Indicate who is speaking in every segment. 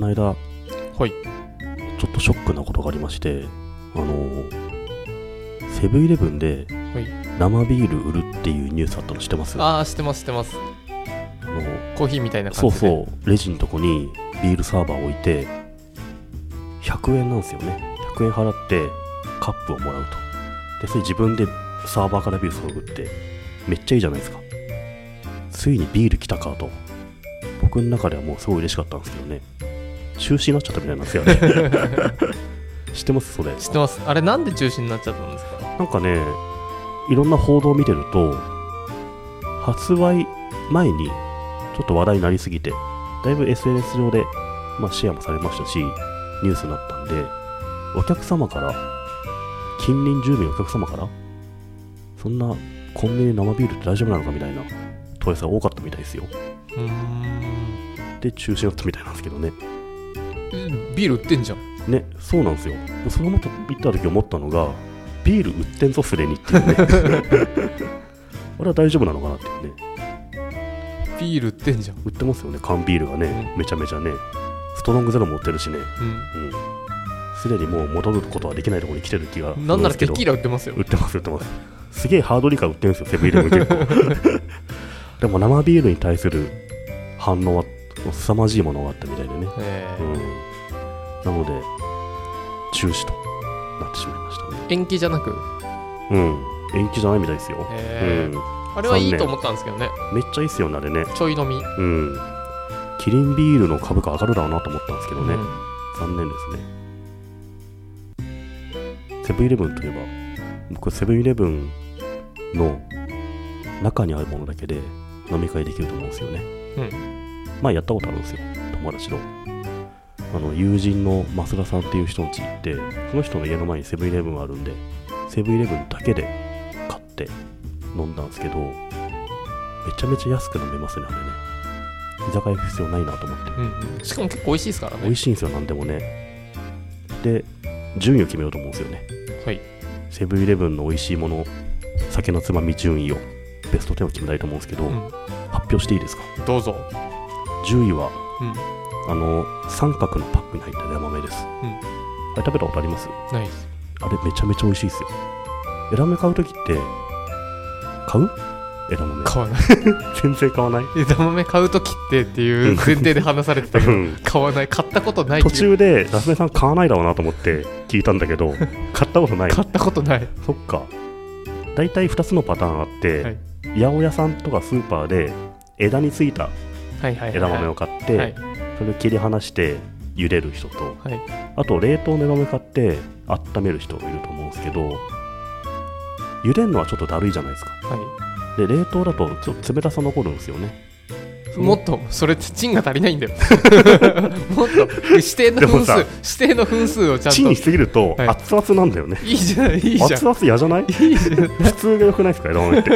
Speaker 1: の間
Speaker 2: はい
Speaker 1: ちょっとショックなことがありましてあのセブンイレブンで
Speaker 2: い
Speaker 1: 生ビール売るっていうニュースあったの知ってます
Speaker 2: ああ知ってます知ってます
Speaker 1: あの
Speaker 2: コーヒーみたいな
Speaker 1: そ
Speaker 2: 感
Speaker 1: う
Speaker 2: じで
Speaker 1: そうレジのとこにビールサーバー置いて100円なんですよね100円払ってカップをもらうとでそれ自分でサーバーからビール注ぐってめっちゃいいじゃないですかついにビール来たかと僕の中ではもうすごい嬉しかったんですけどね中止になっちゃったみたいなんですよね 知ってますそれ
Speaker 2: 知ってますあれなんで中止になっちゃったんですか
Speaker 1: なんかね、いろんな報道を見てると、発売前にちょっと話題になりすぎて、だいぶ SNS 上で、まあ、シェアもされましたし、ニュースになったんで、お客様から、近隣住民のお客様から、そんなコンビニで生ビールって大丈夫なのかみたいな問い合わせが多かったみたいですよ。
Speaker 2: うー
Speaker 1: で、中止だったみたいなんですけどね。
Speaker 2: んビール売ってんじゃん
Speaker 1: ね、そうなんですよ。でそれをもっと見た時思ったのが、ビール売ってんぞ、すでにって いうね。あれは大丈夫なのかなっていうね。
Speaker 2: ビール売ってんじゃん
Speaker 1: 売ってますよね、缶ビールがね、めちゃめちゃね。ストロングゼロも売ってるしね。うん。すでにもう戻ることはできないところに来てる気が
Speaker 2: う
Speaker 1: す
Speaker 2: ん
Speaker 1: る
Speaker 2: なん
Speaker 1: ん
Speaker 2: な
Speaker 1: で
Speaker 2: ら
Speaker 1: すけ
Speaker 2: テ
Speaker 1: ど。
Speaker 2: キーラ売ってますよ
Speaker 1: 売ってます、売ってます。すげえハードリカー売ってるんですよ、セブンイレブン結構。 でも生ビールに対する反応は凄まじいものがあったみたいでね。
Speaker 2: え
Speaker 1: う
Speaker 2: ー
Speaker 1: ん。なので、中止となってしまいましたね。
Speaker 2: 延期じゃなく
Speaker 1: うん、延期じゃないみたいですよ。
Speaker 2: えー
Speaker 1: うん、
Speaker 2: あれはいい
Speaker 1: 残念
Speaker 2: と思ったんですけどね
Speaker 1: めっちゃいいっすよね、あれね。
Speaker 2: ちょい飲み
Speaker 1: うん。キリンビールの株価上がるだろうなと思ったんですけどね、
Speaker 2: うん
Speaker 1: 残念ですね。セブンイレブンといえば、僕、セブンイレブンの中にあるものだけで飲み会できると思うんですよね。
Speaker 2: うん
Speaker 1: 前やったことあるんですよ、友達の。あの友人の増田さんっていう人の家行って、その人の家の前にセブンイレブンあるんで、セブンイレブンだけで買って飲んだんですけど、めちゃめちゃ安く飲めますね、あれね。居酒屋行く必要ないなと思って。
Speaker 2: うんうんしかも結構美味しいですから
Speaker 1: 美味
Speaker 2: ね
Speaker 1: しいんですよ、なんでもね。で、順位を決めようと思うんですよね。
Speaker 2: はい
Speaker 1: セブンイレブンの美味しいもの、酒のつまみ順位を、ベスト10を決めたいと思うんですけど、
Speaker 2: うん
Speaker 1: 発表していいですか
Speaker 2: どうぞ
Speaker 1: 10位は
Speaker 2: うん
Speaker 1: あの三角のパックに入ったヤマメです、
Speaker 2: うん
Speaker 1: あれ食べたことあります
Speaker 2: ナイス
Speaker 1: あれめちゃめちゃ美味しいですよエラメ買う時って買うエラメ
Speaker 2: 買わない
Speaker 1: 全然買わない
Speaker 2: 枝豆買う時ってっていう前提で話されてたけ
Speaker 1: う
Speaker 2: ど
Speaker 1: ん
Speaker 2: 買わない買ったことな い
Speaker 1: 途中でラスメさん買わないだろうなと思って聞いたんだけど買ったことない
Speaker 2: 買ったことない
Speaker 1: そっか大体2つのパターンあって、
Speaker 2: はい
Speaker 1: 八百屋さんとかスーパーで枝についた
Speaker 2: はいはいはい
Speaker 1: 枝豆を買って、
Speaker 2: はい
Speaker 1: それを切り離して茹でる人と、
Speaker 2: はい
Speaker 1: あと冷凍の枝豆買って温める人がいると思うんですけど茹でるのはちょっとだるいじゃないですか
Speaker 2: は
Speaker 1: で冷凍だとちょっと冷たさ残るんですよね
Speaker 2: い、もっとそれってチンが足り ないんだよもっと指定の分
Speaker 1: でも
Speaker 2: 数指定の分数をちゃん
Speaker 1: チ
Speaker 2: と
Speaker 1: ンしすぎると
Speaker 2: はい
Speaker 1: 熱々なんだよね、
Speaker 2: いいじゃんいいじゃん
Speaker 1: 熱々嫌じゃない
Speaker 2: いいじゃん
Speaker 1: 普通が良くないですか枝豆って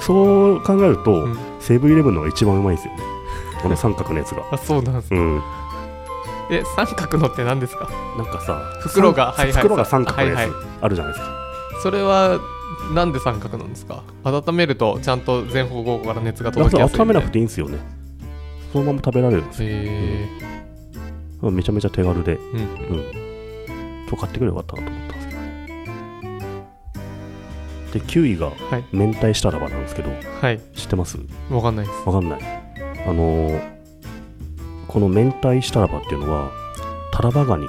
Speaker 1: そう考えると、
Speaker 2: うん
Speaker 1: セブンイレブンのが一番うまいんですよねこの三角のやつが
Speaker 2: あそうなんです
Speaker 1: うん
Speaker 2: え三角のって何ですか
Speaker 1: なんかさ
Speaker 2: 袋
Speaker 1: 三
Speaker 2: がはいはい
Speaker 1: 袋が三角のやつ、
Speaker 2: はいはい
Speaker 1: あるじゃないですか
Speaker 2: それはなんで三角なんですか温めるとちゃんと全方向から熱が
Speaker 1: だ
Speaker 2: 届
Speaker 1: か
Speaker 2: き
Speaker 1: ら
Speaker 2: やすい
Speaker 1: 温めなく
Speaker 2: て
Speaker 1: ていいんですよねそのまま食べられるんですよ
Speaker 2: へ
Speaker 1: めちゃめちゃ手軽で
Speaker 2: えうん
Speaker 1: うん。と買ってくればよかったなと思ったんですけどね。で、9位が
Speaker 2: い、
Speaker 1: 明太したらばなんですけど、
Speaker 2: はい
Speaker 1: 知ってます
Speaker 2: わかんないです
Speaker 1: わかんない。あのーこの明太したらばっていうのは、タラバガニ。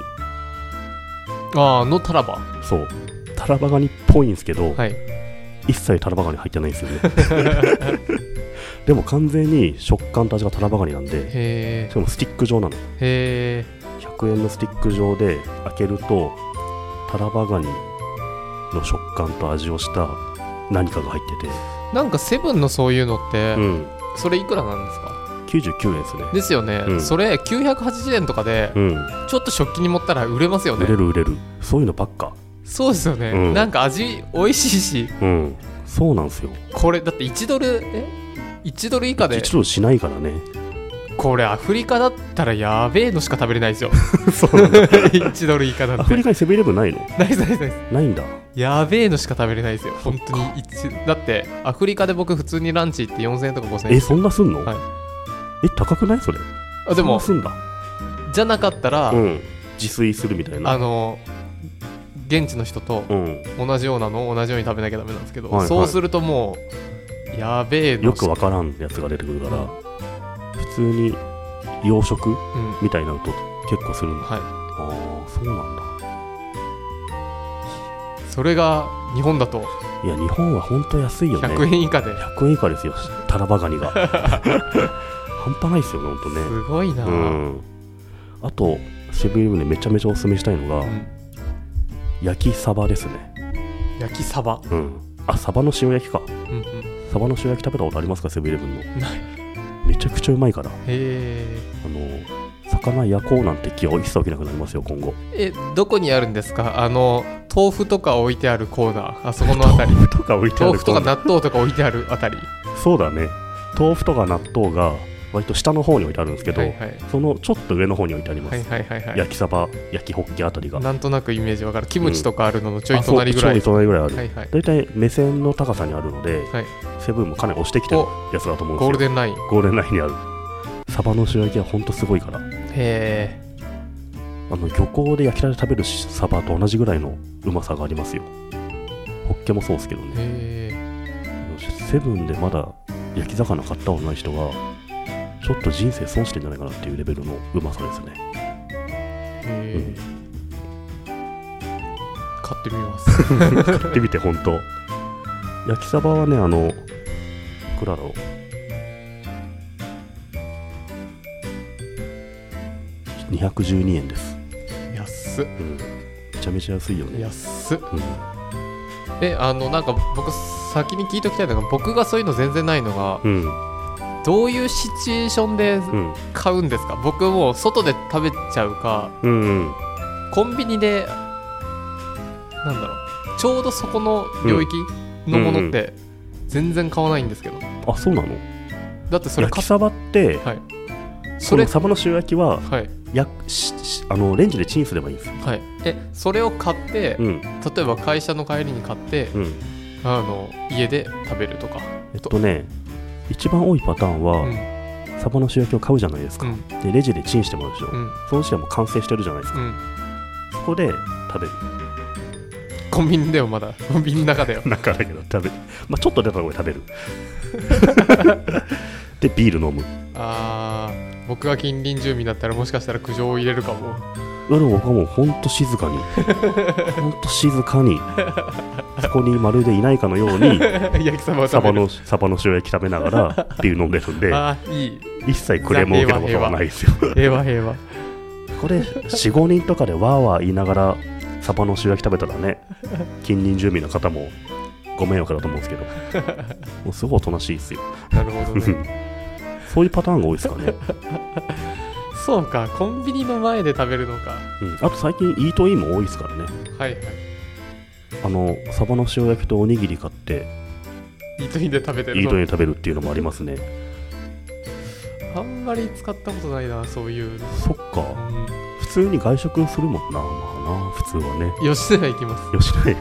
Speaker 2: ああのタラバ
Speaker 1: そう。タラバガニっぽいんですけど、
Speaker 2: はい
Speaker 1: 一切タラバガニ入ってないんですよね。 でも完全に食感と味がタラバガニなんで、
Speaker 2: へ
Speaker 1: しかもスティック状なの。
Speaker 2: えへ
Speaker 1: 100円のスティック状で開けるとタラバガニの食感と味をした何かが入ってて、
Speaker 2: えなんかセブンのそういうのって、
Speaker 1: うん、
Speaker 2: それいくらなんですか
Speaker 1: 99円ですね
Speaker 2: ですよね、
Speaker 1: うん
Speaker 2: それ980円とかで
Speaker 1: うん、
Speaker 2: ちょっと食器に盛ったら売れますよ
Speaker 1: 売
Speaker 2: ね
Speaker 1: れる売れるそういうのばっか
Speaker 2: そうですよね、
Speaker 1: うん
Speaker 2: なんか味美味しいし
Speaker 1: うんそうなんですよ
Speaker 2: これだって1ドルえ1ドル以下で
Speaker 1: 一度しないからね
Speaker 2: これアフリカだったらやべえのしか食べれないですよ
Speaker 1: そう なんだ
Speaker 2: 1ドル以下なん
Speaker 1: アフ
Speaker 2: て
Speaker 1: リカにセブンイレブンないの
Speaker 2: ナイスナイスナイス
Speaker 1: ないんだ
Speaker 2: やべえのしか食べれないですよ本当
Speaker 1: そ
Speaker 2: に一だってアフリカで僕普通にランチ行って4000円とか5000
Speaker 1: え
Speaker 2: 円
Speaker 1: そんなすんの、
Speaker 2: はい
Speaker 1: え高くないそれ
Speaker 2: あでも
Speaker 1: そんなすんだ
Speaker 2: じゃなかったら、
Speaker 1: うん、自炊するみたいな
Speaker 2: あの現地の人と
Speaker 1: うん、
Speaker 2: 同じようなのを同じように食べなきゃダメなんですけど、
Speaker 1: はいはい
Speaker 2: そうするともうやべえの
Speaker 1: よくわからんやつが出てくるから普通に洋食
Speaker 2: うん
Speaker 1: みたいな音結構するんだ
Speaker 2: は
Speaker 1: ああそうなんだ
Speaker 2: い、それが日本だと
Speaker 1: いや日本は本当安いよね
Speaker 2: 100円以下で
Speaker 1: 100円以下ですよタラバガニ が半端ないですよねほんとね
Speaker 2: すごいな、
Speaker 1: うんあとセブンイレブンでめちゃめちゃおすすめしたいのが、
Speaker 2: うん
Speaker 1: 焼きサバですね
Speaker 2: 焼きサバ、
Speaker 1: うんあサバの塩焼きか
Speaker 2: うんうん、へ
Speaker 1: サバの塩焼き食べたことありますかセブンイレブンの
Speaker 2: な
Speaker 1: めちゃくちゃうまいから
Speaker 2: え
Speaker 1: あの魚焼こうなんて気は一切起きなくなりますよ今後
Speaker 2: えどこにあるんですかあの豆腐とか置いてあるコーナーあそこの あたり
Speaker 1: とか置いてあ
Speaker 2: 豆
Speaker 1: る
Speaker 2: 腐とか納豆とか置いてあるあたり
Speaker 1: そうだね豆腐とか納豆が割と下の方に置いてあるんですけど、
Speaker 2: はいはい
Speaker 1: そのちょっと上の方に置いてあります、
Speaker 2: はいはいはいはい
Speaker 1: 焼きサバ焼きホッケあたりが
Speaker 2: なんとなくイメージわかるキムチとかあるののちょ
Speaker 1: あ
Speaker 2: い
Speaker 1: そう
Speaker 2: 隣ぐらい、
Speaker 1: ちょい隣ぐらいある、
Speaker 2: はいはい
Speaker 1: 大体目線の高さにあるので、
Speaker 2: はい
Speaker 1: セブンもかなり押してきてるやつだと思うんですよ
Speaker 2: ゴールデンラインへ
Speaker 1: ゴールデンラインにあるサバの塩焼きはほんとすごいから
Speaker 2: え
Speaker 1: あの漁港で焼きたて食べるサバと同じぐらいのうまさがありますよホッケもそうですけどね
Speaker 2: へえ
Speaker 1: セブンでまだ焼き魚買ったことない人はちょっと人生損してんじゃないかなっていうレベルのうまさですね、
Speaker 2: へ
Speaker 1: う
Speaker 2: え買ってみ ます
Speaker 1: ん、買ってみて本当焼きサバはねあのいくらだろうちょ212円です、
Speaker 2: 安っ
Speaker 1: うん、めちゃめちゃ安いよね、
Speaker 2: 安っ
Speaker 1: うん、
Speaker 2: えあのなんか僕先に聞いておきたいのが僕がそういうの全然ないのが
Speaker 1: うん
Speaker 2: どういうシチュエーションで
Speaker 1: うん
Speaker 2: 買うんですか僕もう外で食べちゃうか
Speaker 1: うんうん
Speaker 2: コンビニでなんだろうちょうどそこの領域のものって全然買わないんですけど
Speaker 1: あそうなの
Speaker 2: だってそれ
Speaker 1: 焼き
Speaker 2: 買っ
Speaker 1: サバって
Speaker 2: はいそ
Speaker 1: そ
Speaker 2: れ
Speaker 1: のサバの塩焼きは
Speaker 2: はい
Speaker 1: やししあのレンジでチンすればいいんですよ、
Speaker 2: はいえそれを買って
Speaker 1: うん
Speaker 2: 例えば会社の帰りに買って
Speaker 1: うん、
Speaker 2: あの家で食べるとか
Speaker 1: えっとね、一番多いパターンは、
Speaker 2: うん
Speaker 1: サバの塩焼きを買うじゃないです
Speaker 2: う
Speaker 1: か、
Speaker 2: ん
Speaker 1: でレジでチンしてもらうでしょ、
Speaker 2: うん
Speaker 1: その時点もう完成してるじゃないですか、
Speaker 2: うん
Speaker 1: そこで食べ る
Speaker 2: コンビニだよまだコンビニの中だよ
Speaker 1: 中だけど食べる まあちょっと出たとこで食べ るでビール飲む
Speaker 2: あー僕が近隣住民だったらもしかしたら苦情を入れるかも
Speaker 1: 夜も僕はもうほんと静かにほんと静かにそこにまるでいないかのように
Speaker 2: 焼 きそばを
Speaker 1: サバ
Speaker 2: 食べる
Speaker 1: のサバの塩焼き食べながらビール飲んでるんで
Speaker 2: あーいい
Speaker 1: 一切クレームを受けたことはないですよ
Speaker 2: 平和平和
Speaker 1: これ45人とかでわーわー言いながらサバの塩焼き食べたらね近隣住民の方もご迷惑だと思うんですけどもうすごいおとなしいですよ
Speaker 2: なるほ どね
Speaker 1: そういうパターンが多いですかね、
Speaker 2: そうかコンビニの前で食べるのか
Speaker 1: うん、あと最近イートインも多いですからね
Speaker 2: はいはい
Speaker 1: あのサバの塩焼きとおにぎり買って
Speaker 2: イートインで食べて
Speaker 1: イ
Speaker 2: る
Speaker 1: ートイ
Speaker 2: の
Speaker 1: ンで食べるっていうのもありますね
Speaker 2: あんまり使ったことないなそういうの、
Speaker 1: そっか普通に外食するもんなまあな普通はね
Speaker 2: うん、吉野家行きます
Speaker 1: 吉野家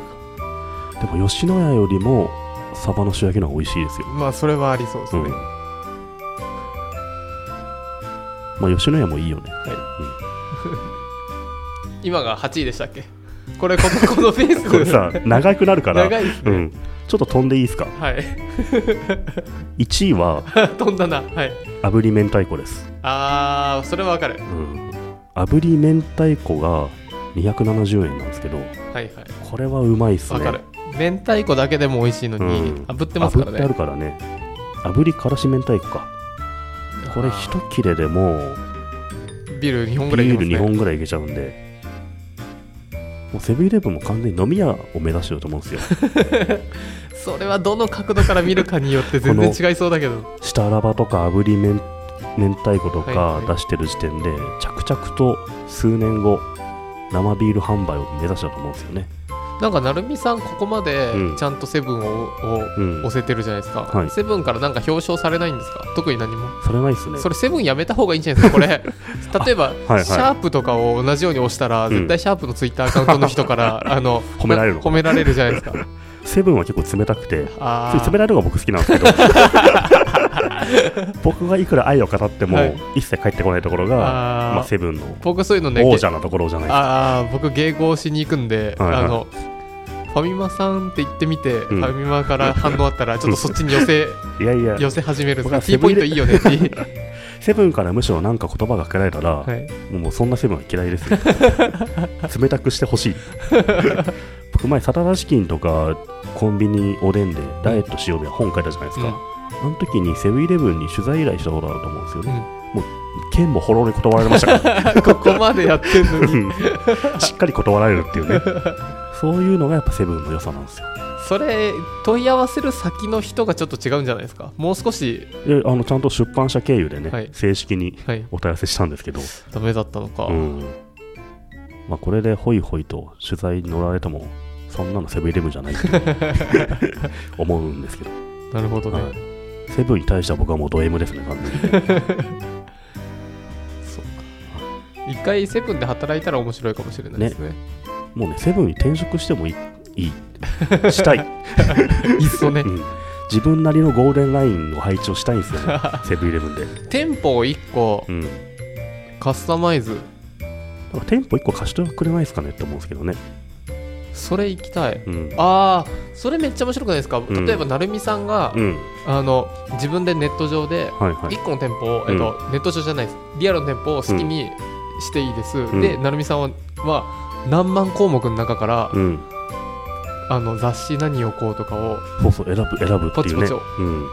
Speaker 1: かでも吉野家よりもサバの塩焼きの方が美味しいですよ
Speaker 2: まあそれはありそうですね、
Speaker 1: うん、まあ吉野家もいいよね
Speaker 2: 今が8位でしたっけこれこ の このペース
Speaker 1: これさ長くなるから
Speaker 2: 長いです
Speaker 1: う
Speaker 2: ね、
Speaker 1: ん、ちょっと飛んでいいですか
Speaker 2: はい
Speaker 1: 1位は
Speaker 2: 飛んだなはい
Speaker 1: 炙り明太子です、
Speaker 2: あーそれはわかる
Speaker 1: うん、炙り明太子が270円なんですけど
Speaker 2: はいはい
Speaker 1: これはうまいっす
Speaker 2: わ
Speaker 1: ね
Speaker 2: かる明太子だけでも美味しいのに、
Speaker 1: うん
Speaker 2: 炙ってますか
Speaker 1: 炙っ
Speaker 2: ら
Speaker 1: てあ
Speaker 2: ね
Speaker 1: るからね炙りからし明太子かこれ一切れでもう
Speaker 2: ビール2本ぐらいい
Speaker 1: ビール
Speaker 2: けますね
Speaker 1: 2本ぐらいいけちゃうんでもうセブンイレブンも完全に飲み屋を目指してると思うんですよ
Speaker 2: それはどの角度から見るかによって全然違いそうだけど
Speaker 1: 下ラバとか炙り明明太子と
Speaker 2: は
Speaker 1: か
Speaker 2: いはい
Speaker 1: 出してる時点で、着々と数年後生ビール販売を目指したと思うんですよね、
Speaker 2: なんか成美さんここまで
Speaker 1: うん
Speaker 2: ちゃんとセブンをを
Speaker 1: うん、
Speaker 2: 押せてるじゃないですか、
Speaker 1: はい
Speaker 2: セブンからなんか表彰されないんですか特に何も
Speaker 1: それないっすね
Speaker 2: それセブンやめた方がいいんじゃないですかこれ 例えば、
Speaker 1: はい
Speaker 2: シャープとかを同じように押したら、
Speaker 1: うん
Speaker 2: 絶対シャープのツイッターアカウントの人からあの
Speaker 1: 褒められるの
Speaker 2: な褒められるじゃないですか
Speaker 1: セブンは結構冷たくて
Speaker 2: あ
Speaker 1: 冷た
Speaker 2: ー
Speaker 1: い のが僕好きなんですけど僕がいくら愛を語っても、
Speaker 2: はい
Speaker 1: 一切返ってこないところが
Speaker 2: あー
Speaker 1: まあ、セブンの
Speaker 2: 僕そういうのね
Speaker 1: 王者なところじゃない
Speaker 2: ああ僕迎合しに行くんで、
Speaker 1: はいはい
Speaker 2: あのファミマさんって言ってみ
Speaker 1: ん
Speaker 2: て、ファミマから反応あったらちょっとそっちに寄 せ
Speaker 1: いやいや
Speaker 2: 寄せ始めるん
Speaker 1: 僕は
Speaker 2: です T ポイントいいよねっていう、
Speaker 1: セブンからむしろなんか言葉がかけられたら、
Speaker 2: はい、
Speaker 1: もうそんなセブンは嫌いですよ 冷たくしてほしい僕前サタダチキンとかコンビニおでんでダイエットしようみたいな本書いたじゃないですか、あの時にセブンイレブンに取材依頼したことあると思うんですよね、もう剣もほろに断られましたから
Speaker 2: うん ここまでやってんのに
Speaker 1: しっかり断られる っていうねそういうのがやっぱセブンの良さなんですよ
Speaker 2: それ問い合わせる先の人がちょっと違うんじゃないですかもう少し、
Speaker 1: であのちゃんと出版社経由でね、
Speaker 2: はい
Speaker 1: 正式に
Speaker 2: はい、
Speaker 1: お問い合わせしたんですけど、
Speaker 2: ダメだったのか、
Speaker 1: うんまあ、これでホイホイと取材に乗られてもそんなのセブンイレブンじゃないっていう思うんですけど、
Speaker 2: なるほどね、
Speaker 1: はいセブンに対しては僕はもうド M ですね完全に
Speaker 2: そうか一回セブンで働いたら面白いかもしれないですね
Speaker 1: もうねセブンに転職してもいいいいしたい、
Speaker 2: いっそね
Speaker 1: うん自分なりのゴールデンラインを配置をしたいんですよ ねセブンイレブンで、
Speaker 2: 店舗を1個
Speaker 1: うん、だ
Speaker 2: カスタマイズ
Speaker 1: から店舗1個貸してくれないですかねって思うんですけどね、
Speaker 2: それ行きたい
Speaker 1: うん
Speaker 2: あーそれめっちゃ面白くないですか、
Speaker 1: うん
Speaker 2: 例えば成美さんが、
Speaker 1: うん、
Speaker 2: あの自分でネット上で
Speaker 1: はいはい
Speaker 2: 1個の店舗を、えっとネット上じゃないですリアルの店舗を好きにしていいです、
Speaker 1: ん
Speaker 2: で成美さんは、まあ、何万項目の中から、
Speaker 1: うん、
Speaker 2: あの雑誌何をこうとかを
Speaker 1: そうそう選ぶ選ぶっていう
Speaker 2: ポ
Speaker 1: ね
Speaker 2: チポ
Speaker 1: うん、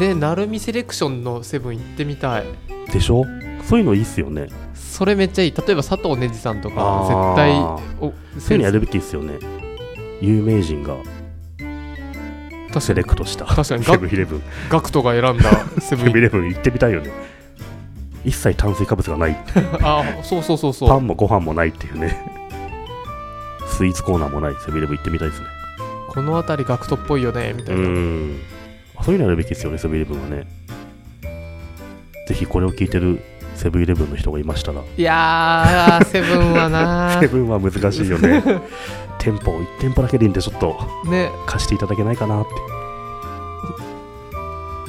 Speaker 2: で成美セレクションのセブン行ってみたい
Speaker 1: でしょそういうのいいっすよね
Speaker 2: それめっちゃいい例えば佐藤ねじさんとか絶対
Speaker 1: あー
Speaker 2: お
Speaker 1: そういうのやるべきですよね。有名人がセ
Speaker 2: 確か
Speaker 1: レ
Speaker 2: に
Speaker 1: クトした
Speaker 2: 確かに
Speaker 1: セブンイレブン、
Speaker 2: ガクトが選んだ
Speaker 1: セ
Speaker 2: セブ
Speaker 1: ブンイ
Speaker 2: ン
Speaker 1: レブン行ってみたいよね。一切炭水化物がない、
Speaker 2: あーそうそうそうそ
Speaker 1: パ
Speaker 2: う
Speaker 1: ンもご飯もないっていうね、 スイーツコーナーもない、セブンイレブン行ってみたいですね。
Speaker 2: この辺りガクトっぽいよねみ
Speaker 1: う
Speaker 2: たいな、
Speaker 1: ーん。そういうのやるべきですよね、セブンイレブンはね。ぜひこれを聞いてるセブンイレブンの人がいましたら、
Speaker 2: いやーセブンは な
Speaker 1: セブンは難しいよね。 店舗を1店舗だけでいいんで、ちょっと
Speaker 2: ね
Speaker 1: 貸していただけないかなって。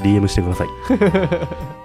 Speaker 1: DM してください。